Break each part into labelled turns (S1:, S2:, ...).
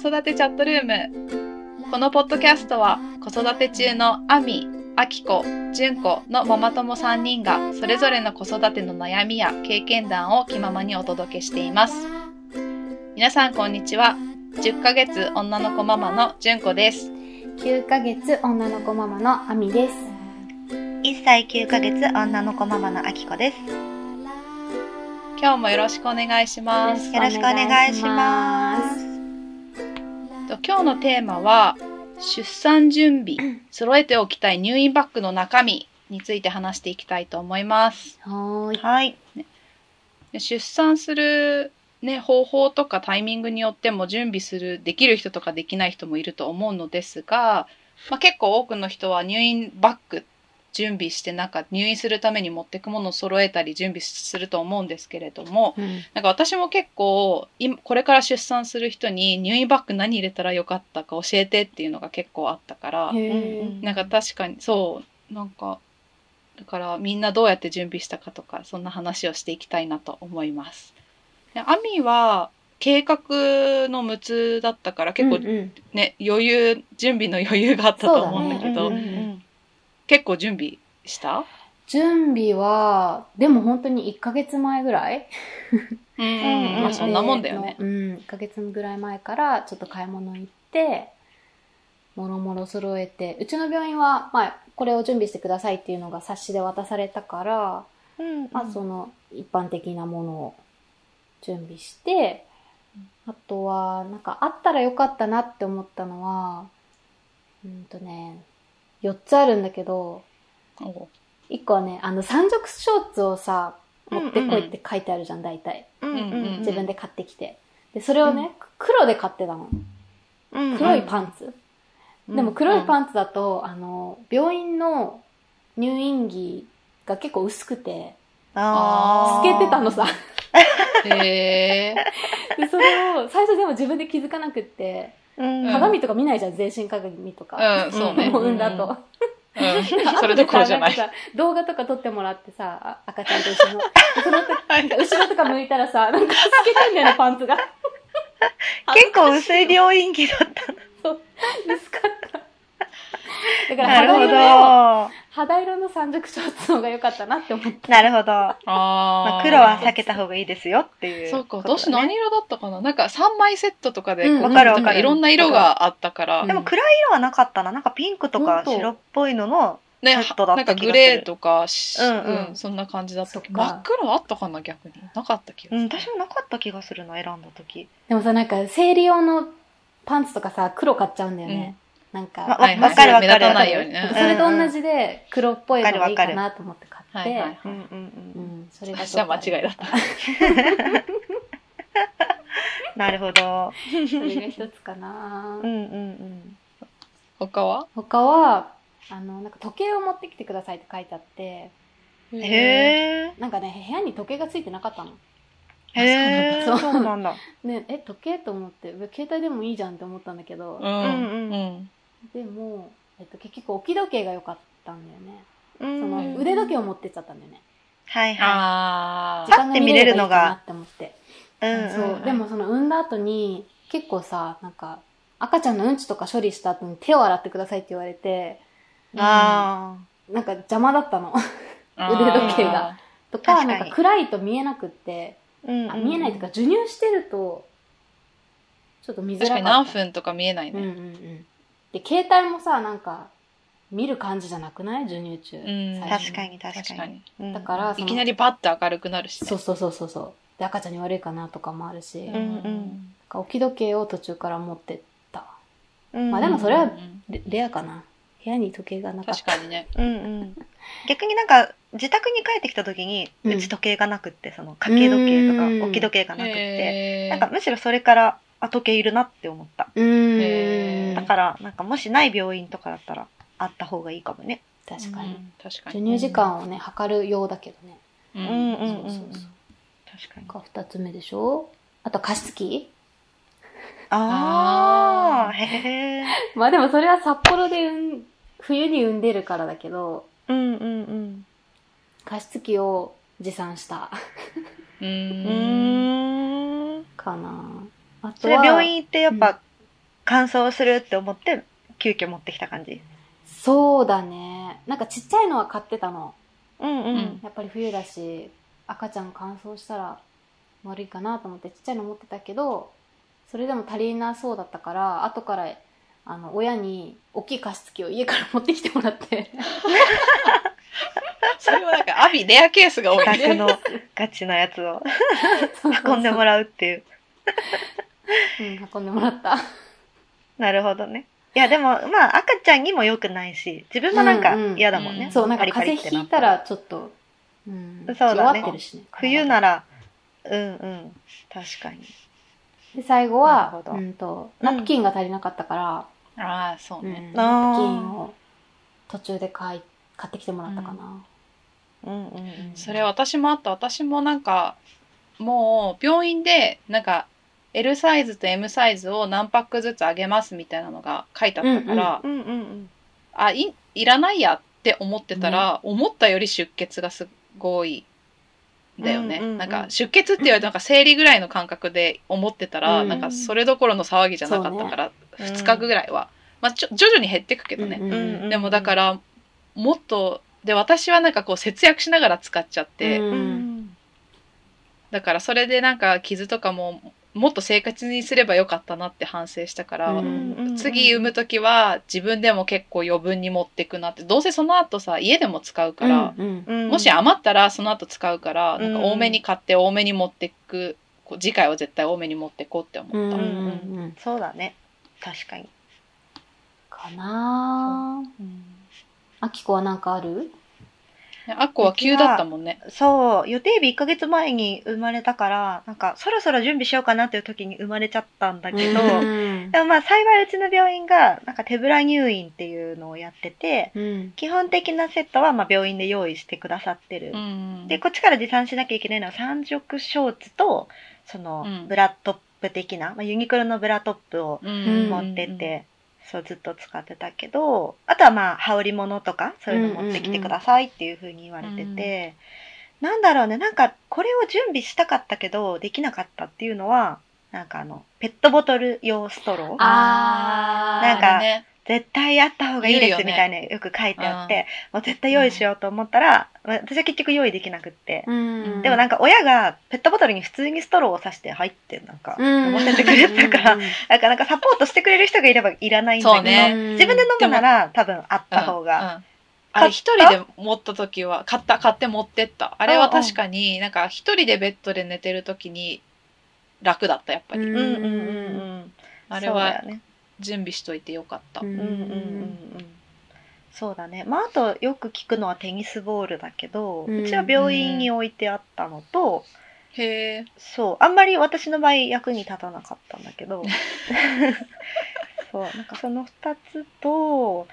S1: 育てチャットルームこのポッドキャストは子育て中のアミ、アキコ、ジュンコのママ友3人がそれぞれの子育ての悩みや経験談を気ままにお届けしています皆さんこんにちは10ヶ月女の子ママのジュンコです
S2: 9ヶ月女の子ママのあみです
S3: 1歳9ヶ月女の子ママのあきこですよ
S1: 今日もよろしくお願いします
S3: ろしくお願いします
S1: と今日のテーマは出産準備揃えておきたい入院バッグの中身について話していきたいと思います
S2: はーい
S3: はい
S1: で出産する、ね、方法とかタイミングによっても準備するできる人とかできない人もいると思うのですが、まあ、結構多くの人は入院バッグ準備してなんか入院するために持ってくものを揃えたり準備すると思うんですけれども
S2: うん
S1: なんか私も結構今これから出産する人に入院バッグ何入れたらよかったか教えてっていうのが結構あったから
S2: へ
S3: う
S2: ー
S3: ん
S1: なんか確かにそうなんかだからみんなどうやって準備したかとかそんな話をしていきたいなと思います。でアミは計画の無痛だったから結構
S2: うんうん
S1: ね、余裕準備の余裕があったと思うんだけ
S2: そ
S1: ど
S2: うだね
S1: 結構準備した、
S2: 準備はでも本当に1ヶ月前ぐらい
S3: うん
S1: まあそんなもんだよね。
S2: うん1ヶ月ぐらい前からちょっと買い物行ってもろもろ揃えてうちの病院は、まあ、これを準備してくださいっていうのが冊子で渡されたから
S3: うん
S2: まあ、その一般的なものを準備して、あとは、なんかあったらよかったなって思ったのは、うんとね、4つあるんだけど、
S1: おう
S2: 1個はね、あの、三色ショーツをさ、持ってこいっ
S1: うんうん
S2: て書いてあるじゃん、大体。
S3: うん
S1: うんうん
S2: 自分で買ってきて。で、それをね、黒で買ってたの。黒いパンツ。でも黒いパンツだと、あの、病院の入院着が結構薄くて、透
S3: あー
S2: けてたのさ。
S1: へえ
S2: でそれを最初でも自分で気づかなくって
S3: うん
S2: 鏡とか見ないじゃん全身鏡とか、
S1: うんそうね
S2: もう産んだと、
S1: うん、 それどころじゃない
S2: 後でさんかさ動画とか撮ってもらってさあ赤ちゃんと一緒のでその時なんか後ろとか向いたらさなんか透けてんだよねパンツが
S3: 結構薄い病院着だった
S2: 薄かっただか
S3: な
S2: ら
S3: る
S2: 肌色
S3: ほど
S2: の肌色の三色ショーツの方が良かったなって思って
S3: なるほど、ま
S1: あ
S3: あ、
S1: ー
S3: 黒は避けた方がいいですよっていう
S1: そうか、
S3: ことだね
S1: 私何色だったかななんか3枚セットとかで、
S2: うん
S1: こう
S2: わかる
S1: なん
S2: わかる
S1: いろんな色があったから、
S2: うん
S3: でも暗い色はなかったななんかピンクとか
S2: 本当
S3: 白っぽいのの
S1: ね、
S3: セットだっ
S1: なん
S3: た
S1: かグレーとかし、
S3: うん
S2: うん
S1: うんそんな感じだった
S2: そっか
S1: 真っ黒あったかな逆に。なかった気が
S3: う
S1: す
S3: ん
S1: る。
S3: 私もなかった気がするの選んだ時、
S2: でもさなんか生理用のパンツとかさ黒買っちゃうんだよね、なんか、
S3: まあ
S1: は
S3: わ
S1: いはい
S3: わかるわかる
S1: 目立たないように
S2: なん
S1: ね
S2: か。それと同じで黒っぽいのがいいかなと思って買
S1: は
S2: っ
S1: いは
S2: て、
S1: い。
S3: うんうん
S2: う
S3: うん
S2: ん、それが
S1: 私は間違いだった。
S3: なるほど
S2: それが一つかな
S3: うんうんうん
S1: 他は
S2: 他はあのなんか時計を持ってきてくださいって書いてあって
S1: え。
S3: へ
S2: なんかね部屋に時計がついてなかったの
S3: えへえ
S2: そうなんだ
S3: そうなんだ
S2: ねえ時計と思ってうわ携帯でもいいじゃんって思ったんだけど、
S1: うん。
S3: うん
S1: う
S3: う
S1: ん。
S2: でも、えっと、結局置き時計が良かったんだよね
S3: そ
S2: そ
S1: うん
S2: の腕時計を持ってっちゃったんだよね
S3: はいは
S1: あ
S2: 時
S1: ー。
S2: 間が見れればいいかなって思って
S3: い
S1: あ
S3: うん
S2: そうでもその産んだ後に結構さなんか赤ちゃんのうんちとか処理した後に手を洗ってくださいって言われて
S3: あ
S2: なんか邪魔だったの
S1: あー
S3: 腕時計
S2: が。と
S3: 確
S2: か
S3: かに
S2: なんか暗いと見えなくって
S3: ーうんうん
S2: あ見えないというか授乳してるとちょっと見づ
S1: 確からに
S2: か
S1: 何
S2: った
S1: 分とか見えない
S2: うん
S1: ね。
S2: うんうんで携帯もさなんか見る感じじゃなくない授乳中、
S1: ん
S2: 最初
S3: 確かに確
S1: 確
S3: か
S1: か
S3: に
S1: に。
S3: うん
S2: だからそ
S1: い
S2: の
S1: きなりバッて明るくなるしね。
S2: そうそうそうそうそうで赤ちゃんに悪いかなとかもあるし、
S1: う
S2: なん
S1: んう
S3: うん
S1: ん。
S2: か置き時計を途中から持ってった
S3: うん
S2: まあでもそれは
S1: うん
S2: レレアかな部屋に時計がなかった
S1: 確かにね。
S3: うんうん逆になんか自宅に帰ってきた時に
S2: うん
S3: うち時計がなくってその掛け時計とか
S2: うん
S3: 置き時計がなくって
S1: へー
S3: なんかむしろそれからあ時計いるなって思った
S2: うーん、
S1: へー
S3: だからなんかもしない病院とかだったらあった方がいいかもね
S2: 確か
S1: う
S2: に
S1: ん確か
S2: 授
S1: に。
S2: 乳時間をね測るようだけどね
S1: う
S3: うんんうんうんう
S2: そ
S3: ん
S2: うそうそう
S3: 確かに
S2: が2つ目でしょあと加湿器
S3: あ
S1: あ
S3: あへえ
S2: まあでもそれは札幌で産ん冬に産んでるからだけど
S3: うんうんうん
S2: 加湿器を持参した
S1: う
S3: う
S1: ーん。
S3: ーん
S2: かなあ
S3: そ
S2: と
S3: れ
S2: は
S3: 病院行ってやっぱ乾燥するって思って、急遽持ってきた感じ。
S2: そうだね。なんかちっちゃいのは買ってたの。
S3: うんうん
S2: やっぱり冬だし、赤ちゃん乾燥したら悪いかなと思ってちっちゃいの持ってたけど、それでも足りなそうだったから、後から、あの、親に大きい加湿器を家から持ってきてもら って。
S1: それもなんか、アビレアケースが多い
S3: 自宅
S1: ね。
S3: のガチなやつを運
S2: 運
S3: んでもらうっていう。
S2: うん、運んでもらった。
S3: なるほどね。いやでも、まあ赤ちゃんにも良くないし、自分もなんか
S2: うんうん
S3: 嫌だもん
S1: う
S3: ね。
S1: ん
S2: そう、なんか
S3: パ
S2: 風
S3: リパリって
S2: 邪
S3: な
S2: ひいたらちょっと、うん、
S3: そうだね
S2: 弱ってるしね。
S3: 冬
S2: 体が
S3: なら、うんうん。確かに。
S2: で、最後
S3: なる
S2: は、
S3: ほど
S2: うんと、
S3: うん
S2: ナプキンが足りなかったから、
S1: ああ、そう
S2: う
S1: ね。
S2: ん、
S3: あー
S2: ナプキンを途中で買い、買ってきてもらったかな。
S3: うんうんうん。
S1: それ私もあった。私もなんか、もう病院で、なんか、L サイズと M サイズを何パックずつあげますみたいなのが書いてあったから、
S3: うんうんうん。
S1: あい、いらないやって思ってたら、思ったより出血がすごい。だよね、
S3: うんうんうん
S1: なんか出血って言われてなんか生理ぐらいの感覚で思ってたら、
S2: うん
S1: なんかそれどころの騒ぎじゃなかったから、
S3: そうね
S1: 2日ぐらいは、まあ、ちょ徐々に減ってくけどね、
S2: うん
S3: う
S2: うん
S3: うん
S2: ん
S1: でもだからもっとで私はなんかこう節約しながら使っちゃって、
S2: うん
S3: うん
S1: だからそれでなんか傷とかももっと生活にすればよかったなって反省したから、
S2: う
S3: うんんうん。
S1: 次産む時は自分でも結構余分に持ってくなってどうせその後さ家でも使うから、
S2: うんうん
S3: うん、
S1: もし余ったらその後使うから、
S3: うん
S1: なんか多めに買って多めに持ってくこう次回は絶対多めに持ってこうって思
S2: うん
S1: った、
S2: うんうん
S3: そうだね。確かに。
S2: かなぁあきこはなんかある
S1: ねあっこは急だったもんね
S3: そう、予定日1ヶ月前に生まれたから、なんかそろそろ準備しようかなっていう時に生まれちゃったんだけど、
S2: うん
S3: でもまあ幸いうちの病院が、なんか手ぶら入院っていうのをやってて、
S2: うん
S3: 基本的なセットはまあ病院で用意してくださってる。
S1: うん
S3: で、こっちから持参しなきゃいけないのは三色ショーツと、その
S1: うん
S3: ブラトップ的な、まあ、ユニクロのブラトップを
S1: うん
S3: 持ってて、そうずっと使ってたけどあとはまあ羽織物とかそういうの持ってきてくださいっていう風に言われてて、なんだろうねなんかこれを準備したかったけどできなかったっていうのはなんかあのペットボトル用ストロー
S2: あー
S3: なん
S1: あ
S3: か
S1: れね
S3: 絶対あった方がいいで
S1: 言うよ
S3: す
S1: ね
S3: みたいなよく書いてあってもう絶対用意しようと思ったら、まあ私は結局用意できなくって。
S2: うん
S3: でもなん
S2: か
S3: か親がペットボトルに普通にストローを刺して入ってなんか持ってってくれたからなんかなんかサポートしてくれる人がいればいらないんだ
S1: そ
S3: けど、
S1: うね
S3: 自分で飲むなら多分あった方が。
S1: うんあれ一人で持った時は買った買って持ってったあれは確かになんか一人でベッドで寝てる時に楽だったやっぱり、
S3: うんうんうんうん。
S1: あれ
S3: そうだ
S1: は
S3: よね。
S1: 準備しといてよかった、
S2: うん
S3: うんうんうんうん。そうだね。まああとよく聞くのはテニスボールだけど、
S2: うん
S3: うちは病院に置いてあったのと、
S1: へえ
S3: そうあんまり私の場合役に立たなかったんだけどそうなんかその2つと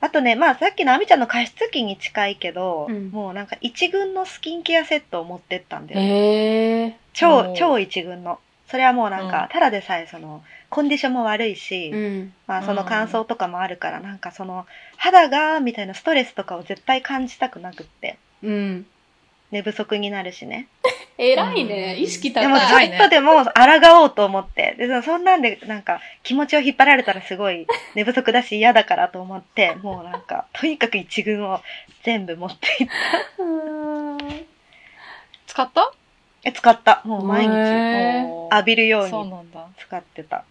S3: あとねまあさっきのあみちゃんの加湿器に近いけど、
S2: うん
S3: もうなんか一軍のスキンケアセットを持ってったんだよ、ね
S2: へえ
S1: お
S3: 超
S1: ー
S3: 超一軍のそれはもうなんか、
S1: うん
S3: ただでさえそのコンディションも悪いし、
S2: うん
S3: まあ、その乾燥とかもあるから、なんかその肌がみたいなストレスとかを絶対感じたくなくって
S2: うん
S3: 寝不足になるしね
S2: 偉いね意識高
S3: で
S2: い
S3: もち
S1: 高い
S3: ょ
S1: ね
S3: っとでも抗おうと思ってでそそんなんでなんか気持ちを引っ張られたらすごい寝不足だし嫌だからと思 ってもうなんかとにかく一軍を全部持っていって
S2: うん
S1: 使った
S3: え使ったもう毎
S2: へ
S3: 日
S2: ー
S1: おー
S3: 浴びるよう
S1: そう
S3: に
S1: なんだ
S3: 使ってた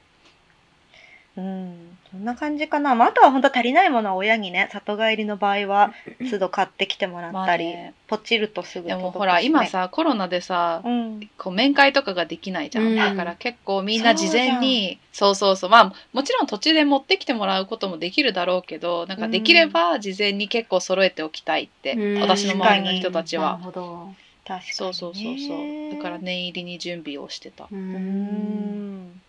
S3: うんそんな感じかな、まあ、あとは本当足りないものは親にね里帰りの場 合は都度買ってきてもら
S1: ま
S3: っ
S1: あ
S3: たり、
S1: ね
S3: ポチるとすぐ
S1: で
S3: 届くし
S1: も
S3: ね、
S1: ほら今さコロナでさ
S3: うん
S1: こう面会とかができないじゃん、
S2: うん
S1: だから結構みんな事前にそうそうそうまあもちろん途中で持ってきてもらうこともできるだろうけどなんかできれば事前に結構揃えておきたいって、
S2: うん
S1: 私の周りの人たち
S2: なる
S1: は、
S2: ほど
S3: 確かにね
S1: そうそうそうそうだから念入りに準備をしてた
S2: う
S3: うんん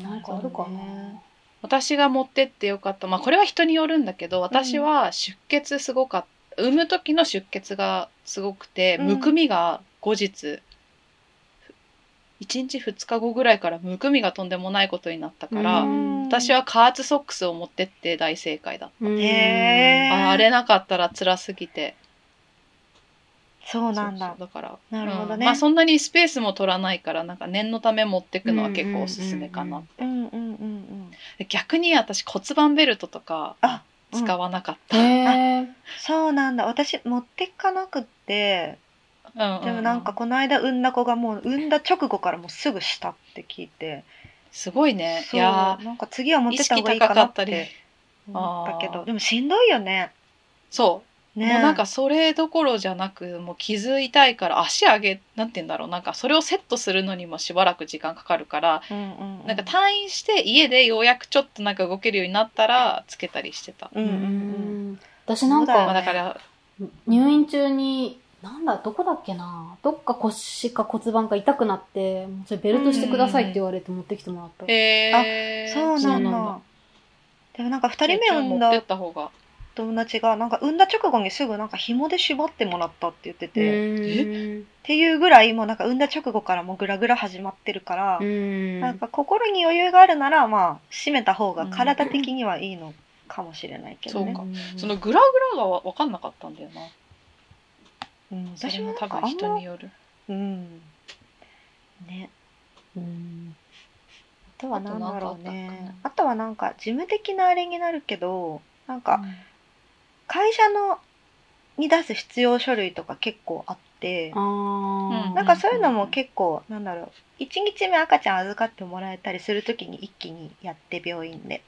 S2: なんかあるかな
S1: 私が持ってってよかったまあこれは人によるんだけど私は出血すごかった産む時の出血がすごくて、
S3: うん
S1: むくみが後日1日2日後ぐらいからむくみがとんでもないことになったから、
S2: うん
S1: 私は加圧ソックスを持ってって大正解だっ
S2: うん
S1: た、
S3: へえ
S1: ああれなかったら辛すぎて
S3: そうなんだ
S1: そうそうだから
S3: なるほどね
S1: うんまあ、そんなにスペースも取らないからなんか念のため持ってくのは結構おすすめかな、
S2: うんうんうん
S3: うんうんうんうん
S1: 逆に私骨盤ベルトとか
S3: あうん
S1: 使わなかった、うん
S2: へー
S3: そうなんだ私持ってかなくって
S1: うんうん
S3: でもなんかこの間産んだ子がもう産んだ直後からもうすぐしたって聞いて
S1: すごいね
S3: そ
S1: いうやー
S3: なんか次は持ってった方がいいかなっ
S1: 意識
S3: て思ったけ
S1: あー
S3: どでもしんどいよね
S1: そう
S3: ね
S1: もうなんかそれどころじゃなくもう傷痛いから足上げなんて言うんだろうなんかそれをセットするのにもしばらく時間かかるから、
S3: うんうんうん
S1: なんか退院して家でようやくちょっとなんか動けるようになったらつけたりしてた、
S3: うんうん
S2: 私なん
S1: まあ、
S2: か
S1: だから
S2: 入院中になんだどこだっけなどっか腰か骨盤か痛くなってもうそれベルトしてくださいって言われて持ってきてもらった、
S1: へえ
S3: うんそう
S2: そう
S3: な
S2: なんん
S3: だ
S2: だ
S3: でもなんか2人目
S1: じゃあ
S3: 産ん
S1: 持って
S3: だ
S1: った方が
S3: 友達がなんか産んだ直後にすぐなんか紐で絞ってもらったって言って
S2: う
S3: て、っ
S2: ーん
S3: ていうぐらいもうなんか産んだ直後からもうグラグラ始まってるから、
S2: うん
S3: なんか心に余裕があるならまあ締めた方が体的にはいいのかもしれないけどね
S1: そう、か
S2: ん
S1: そのグラグラがわ分かんなかったんだよな
S3: うん、
S1: そ
S3: 私
S1: れも
S3: もな
S1: 多
S3: んかあ
S1: 分
S3: ん
S1: 人
S3: ま
S1: による
S3: うんね
S2: うん
S3: あとは何だろ
S1: あ
S3: う
S1: となんかあった
S3: ね
S1: かな
S3: あとはなんか事務的なあれになるけどなんか会社のに出す必要書類とか結構あって、
S2: あー
S1: うん
S3: なんかそういうのも結構、なんだろう、1日目赤ちゃん預かってもらえたりするときに一気にやって病院で。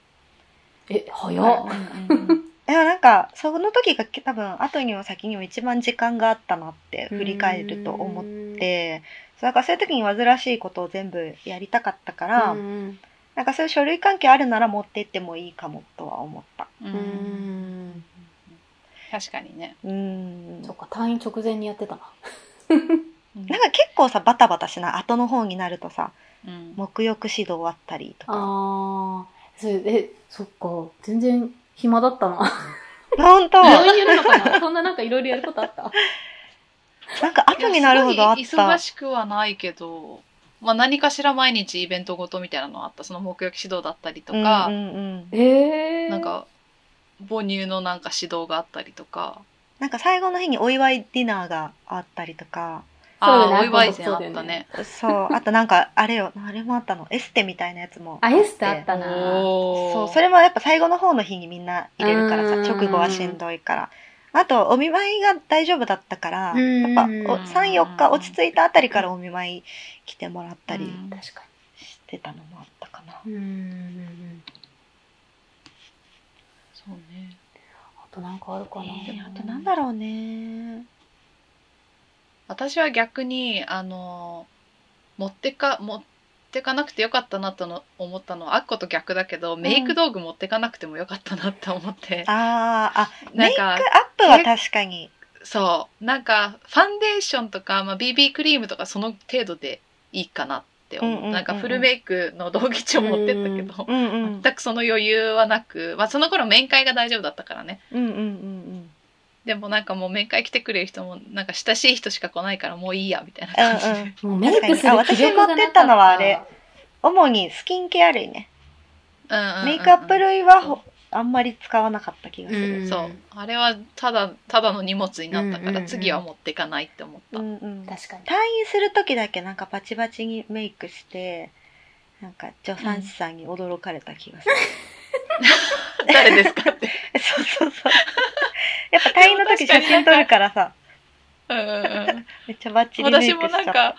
S2: え早っ
S1: うんうんうん
S3: でもなんか、その時が多分、後にも先にも一番時間があったなって振り返ると思っ
S2: って
S3: て、そうなんかそういう時に煩わしいことを全部やりたかったから、
S2: うん
S3: なんかそういう書類関係あるなら持ってってもいいかもとは思った。
S1: う
S2: うん
S1: うん
S2: ん
S1: 確かにね
S3: うん。
S2: そっか退院直前にやってたな
S1: うん
S3: なんか結構さ、バタバタしない。後の方になるとさ、
S1: うん
S3: 沐浴指導あったりとか。
S2: あーそれえそっか全然暇だったな
S3: 本当
S2: 病院やるのかなそんななんかいろいろやることあった
S3: なんか後になるほどあっ
S1: いやすごい
S3: た
S1: 忙。しくはないけど、まあ、何かしら毎日イベントごとみたいなのはあったその目浴指導だったりとか、
S3: うんうんうん
S2: えー、
S1: なんか母乳のなんか指導があったりとか
S3: なんか最後の日にお祝いディナーがあったりとか、
S1: あ
S2: そうだ
S1: あ
S2: ね
S1: お祝い膳あっ
S2: そ
S1: た
S2: うだ
S1: ね
S2: ね
S3: そう、あとなんかあれよ、あれもあったの、エステみたいなやつも。
S2: あエステあったな
S1: お
S3: そう、
S1: お
S3: それもやっぱ最後の方の日にみんな入れるから
S2: う
S3: さ、
S2: ん
S3: 直後はしんどいから。あと、お見舞いが大丈夫だったから、
S2: うん
S3: やっぱお3、4日落ち着いたあたりからお見舞い来てもらったり
S1: うん
S2: 確か
S3: してたのもあったかな。
S2: にうん
S1: そうね
S2: あとなんかあるかな、
S3: えーあとなんだろうね。
S1: 私は逆にあの持ってか持ってかなくてよかったなとの思ったのはあっこと逆だけど、メイク道具持ってかなくてもよかったなって思って
S3: あーあ、
S1: な
S3: メ
S1: ん
S3: イクア
S1: か
S3: ップは確かに。
S1: そうなんかファンデーションとか、まあ、BB クリームとかその程度でいいかなって思う,、
S3: うんうんうんうん
S1: なんかフルメイクの道着帳持ってったけど、
S3: うんうん。
S1: 全くその余裕はなく、まあ、その頃面会が大丈夫だったからね
S3: うんうんうん
S1: でもなんかもう面会来てくれる人もなんか親しい人しか来ないからもういいやみたいな
S3: うん。う
S1: 感じで、
S3: んうん。
S2: もうメイクする
S3: 確かにあ私持ってったのはあれ主にスキンケア類ね。
S1: うんうんうんうん
S3: メイクアップ類はほあんまり使わなかった気がする。
S1: そうあれはただただの荷物になったから、
S2: うんうんうん
S1: 次は持っていかないって思った、
S3: うんうん
S2: 確かに
S3: 退院する時だけなんかバチバチにメイクしてなんか助産師さんに驚かれた気がする、
S1: 誰ですかって
S3: そうそうそうやっぱ退院の時
S1: でも確か
S3: 写真
S1: に
S3: 撮るからさ
S1: うんうんうん
S3: めっちゃバッチリメイ
S1: 私
S3: ク
S1: も
S3: し
S1: な
S3: ちゃっ
S1: ん
S3: た
S1: か、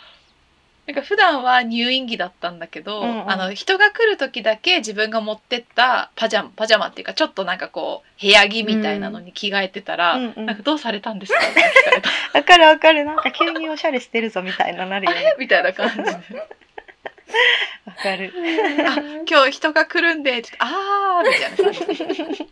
S1: なんか普段は入院着だったんだけど、
S3: うんうん
S1: あの人が来る時だけ自分が持ってったパジャマ、パジャマっていうかちょっとなんかこう部屋着みたいなのに着替えてたら、
S3: うんうん
S1: なんかどうされたんですかって聞かれた
S3: わかるわかるなんか急におしゃれしてるぞ みたいななる よね
S1: みたいな感じで。
S3: わかる
S1: あ、今日人が来るんで、ちょっとあーみたいな感じで。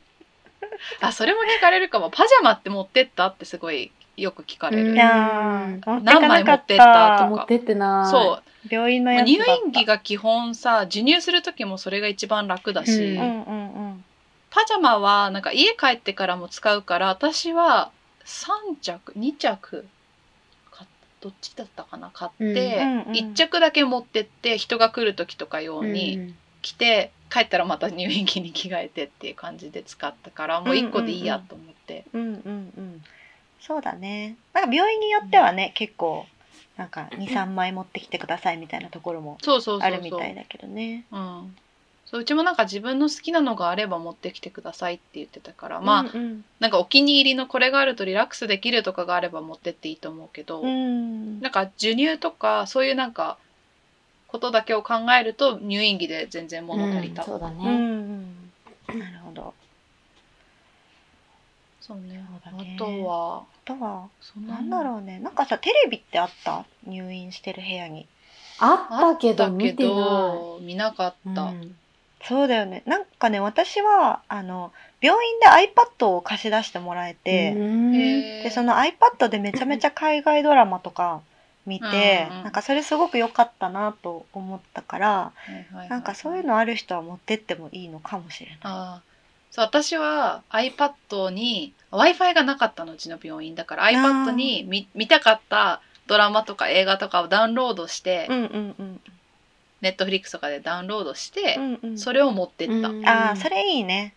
S1: あ、それも聞かれるかも。パジャマって持ってったってすごいよく聞かれ
S2: う
S1: る
S2: ん。
S3: いやー持ってかな
S1: 何枚
S3: か
S1: 持
S3: っ
S1: ってった
S3: た
S1: と
S2: 持ってってない
S1: そう。
S3: 病院の
S1: まあ
S3: やつ
S1: 入
S3: だった
S1: 院着が基本さ、授乳する時もそれが一番楽だし。
S2: う
S3: うんうんうん
S1: パジャマはなんか家帰ってからも使うから私は3着2着かどっちだったかな買って、
S3: うんうんうん
S1: 1着だけ持ってって人が来る時とか用に着て、帰ったらまた入院着に着替えてっていう感じで使ったからもう1個でいいやと思って、
S3: うんうんうんそうだねなんか病院によってはね、結構なんか23枚持ってきてくださいみたいなところも
S1: そうそう
S3: あ
S1: そ
S3: る
S1: う
S3: み
S1: そう
S3: たいだけどね
S1: うん、そそううちもなんか自分の好きなのがあれば持ってきてくださいって言ってたから、まあ、
S3: うん
S1: なんかお気に入りのこれがあるとリラックスできるとかがあれば持ってっていいと思うけど、
S3: うん、
S1: なんか授乳とかそういうなんかことだけを考えると入院着で全然物足りた、
S2: うんそうだ
S3: うんう
S2: ね。
S3: んなるほど。
S1: そうね
S3: そうだね
S1: あとは
S3: あとは
S1: そ
S3: なんだろうね、なんかさテレビってあった入院してる部屋に
S2: あったけ
S1: だ
S2: ど、
S1: け
S2: 見てな
S1: ど見なかっ
S2: い。
S1: た、
S2: うん
S3: そうだよねなんかね私はあの病院で iPad を貸し出してもらえて、
S2: うん
S1: へー
S3: でその iPad でめちゃめちゃ海外ドラマとか見て、
S1: うんうん
S3: なんかそれすごく良かったなと思ったから、
S1: はいはいはい
S3: なんかそういうのある人は持ってってもいいのかもしれない。
S1: ああそう私は iPad に w i f i がなかったのうちの病院だから iPad に見見たかったドラマとか映画とかをダウンロードして、
S3: うんうんうん
S1: ネットフリックスとかでダウンロードして
S3: う、んうん。
S1: それを持ってった、
S2: うん
S3: ああそれいいね。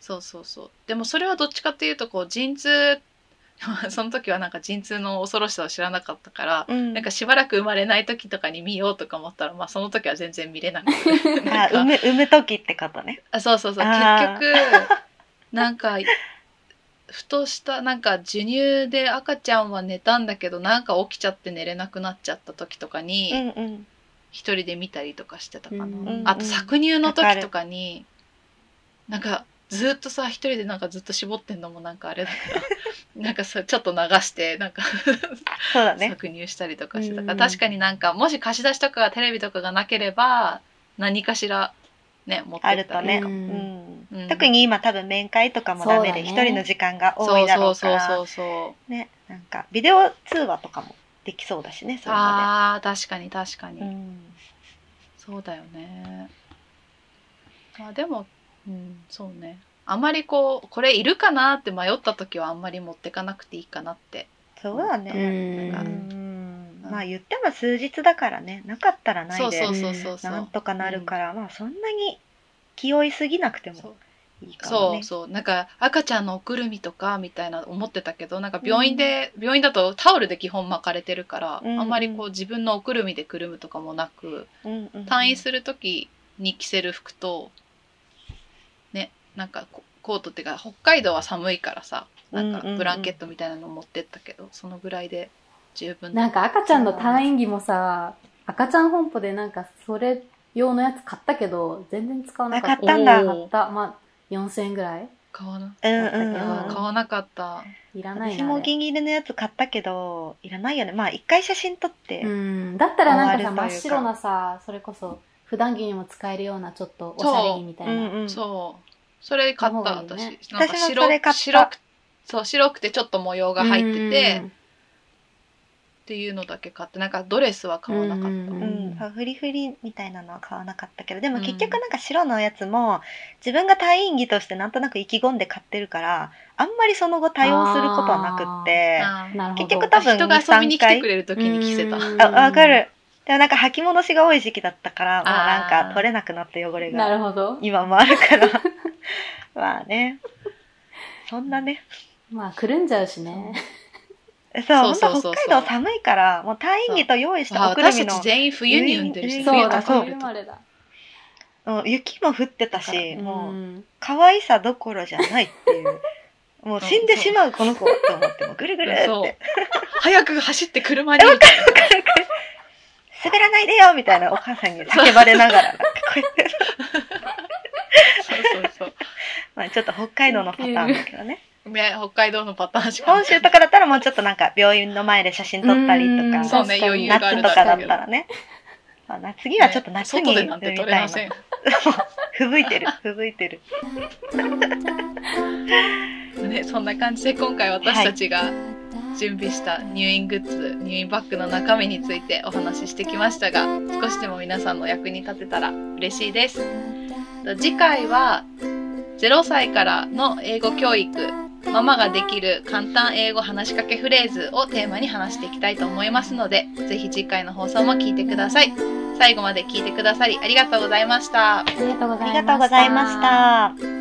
S1: そうそうそうでもそれはどっちかっていうとこう陣痛 その時はなんか陣痛の恐ろしさを知らなかったから、
S3: うん。
S1: なんかしばらく生まれない時とかに見ようとか思ったら、まあ、その時は全然見れなくてな
S3: あ
S1: んか
S3: 産む産む時ってことね。
S1: あそうそうそう
S3: あー
S1: 結局なんかふとしたなんか授乳で赤ちゃんは寝たんだけどなんか起きちゃって寝れなくなっちゃった時とかに、
S3: うんうん。
S1: 一人で見たりとかしてたかな、
S2: うん
S1: あと搾乳の時とかになんかずっとさ一人でなんかずっと絞ってんのもなんかあれだから なんかそうちょっと流してなんか
S3: そうだね。
S1: 搾乳したりとかしてたから、
S2: うん
S1: 確かになんかもし貸し出しとかテレビとかがなければ何かしらね持って
S3: あ
S1: っ
S3: る
S1: た
S3: と
S1: り
S3: ね。
S2: う
S3: うんん。
S1: うん
S3: 特に今多分面会とかもダメで一
S2: そうだね
S3: 人の時間が多
S1: そ
S3: いうだろ
S1: そう
S3: か
S1: そうそ
S3: ら
S1: うそう
S3: ねなんかビデオ通話とかもできそうだしねそれま
S1: あー確かに確かに、
S3: で。うん。
S1: そうだよねあでもうんそうねあまりこうこれいるかなって迷った時はあんまり持ってかなくていいかなって
S3: そうだね。
S2: うん
S3: うんまあ言っても数日だからねなかったらな
S1: そ
S3: いうで
S1: そうそうそうそう
S3: なんとかなるから、まあそんなに気負いすぎなくて
S1: そう
S3: もいいかも
S1: そ
S3: ね
S1: う。そうなんか赤ちゃんのおくるみとかみたいな思ってたけどなんか病院で、病院だとタオルで基本巻かれてるから、
S3: うん
S1: あんまりこう自分のおくるみでくるむとかもなく
S3: うんうん
S1: 退院する時に着せる服とねなんかこコートっていうか北海道は寒いからさなん
S3: うんうんう
S1: か
S3: ん
S1: ブランケットみたいなの持ってったけど、そのぐらいで十分
S2: なんか赤ちゃんの退院着もさ、赤ちゃん本舗でなんかそれ用のやつ買ったけど、全然使わなかった。
S3: あ買ったんだ
S2: おー買った。まあ、4000円ぐらい
S1: 買わな、
S3: うんう
S2: だ
S3: ん
S2: け
S3: う
S2: ど
S1: うん、買
S3: ん
S1: わなかった
S2: いらない
S3: 私
S2: な。
S3: も
S2: あ
S3: お
S2: れ
S3: 気に入りのやつ買ったけどいらないよねまあ一回写真撮って、
S2: うん。だったらなんかさ、
S3: 終わ
S2: 真っ
S3: るというか
S2: 白なさ、それこそ、普段着にも使えるような、ちょっとおしゃれ着みたいな。
S3: うん
S1: そうそれ買った
S2: その方がいいね
S1: 私なんか
S3: 私もそれ買っ
S1: 白
S3: た
S1: 白くそう白くてちょっと模様が入ってて、っ
S2: うん
S1: ていうのだけ買ってなんかドレスは買わなかった、
S2: うんうん
S3: う
S2: うん
S3: ん、そうフリフリみたいなのは買わなかったけどでも結局なんか白のやつも自分が退院着としてなんとなく意気込んで買ってるからあんまりその後対応することはなくって
S1: あー
S2: なるほど。
S3: 結局多分
S1: 人が遊びに来て
S3: 23
S1: くれる時に着せた、
S2: うん
S3: あわかるでもなんか履き戻しが多い時期だったからもうなん
S1: あー
S3: か取れなくなった汚れ
S2: な
S3: が
S2: るほど。
S3: 今もあるから まあねそんなね
S2: まあ、くるんじゃうしね。
S1: そ
S3: そうう
S1: そう
S3: 本
S1: そうそう
S3: 当北海道寒いからもう退院着と用意した
S1: あ
S3: おくる
S1: 私
S3: み
S1: た
S3: の
S1: ち全員冬に産んでるし
S3: うん
S2: そうだ、
S3: そ
S2: 冬
S3: う
S2: 生まれだ。
S3: うん雪も降ってたし
S1: う
S3: もう。
S2: ん
S3: 可愛さどころじゃないっていう。もう死んでしまうこの子って思ってもぐるぐるって
S1: そう早く走って車に行って
S3: 滑らないでよみたいなお母さんに叫ばれながらなんかこうやって
S1: そうそう
S3: まあちょっと北海道のパターンだけどね
S1: そうね北海道のパターンしか
S3: 本州とかだったらもうちょっとなんか病院の前で写真撮ったりと
S2: う
S3: か
S2: ん
S1: そうね
S2: 確かに
S1: 余裕があ
S3: 夏
S1: る
S3: と
S1: だ
S3: かだ
S1: ろ
S3: っ
S1: うけ
S3: た
S1: ど
S3: らねまあな次はちょっと夏に
S1: 外でなんて取れません
S3: ふぶいてるふぶいてる
S1: ね、そんな感じで今回私たちが準備した入院グッズ、入院バッグの中身についてお話ししてきましたが少しでも皆さんの役に立てたら嬉しいです次回は0歳からの英語教育ママができる簡単英語話しかけフレーズをテーマに話していきたいと思いますのでぜひ次回の放送も聞いてください最後まで聞いてくださりありがとうございました
S2: ありがとうご
S3: あ
S2: ざいま
S3: り
S2: した。
S3: がとうございました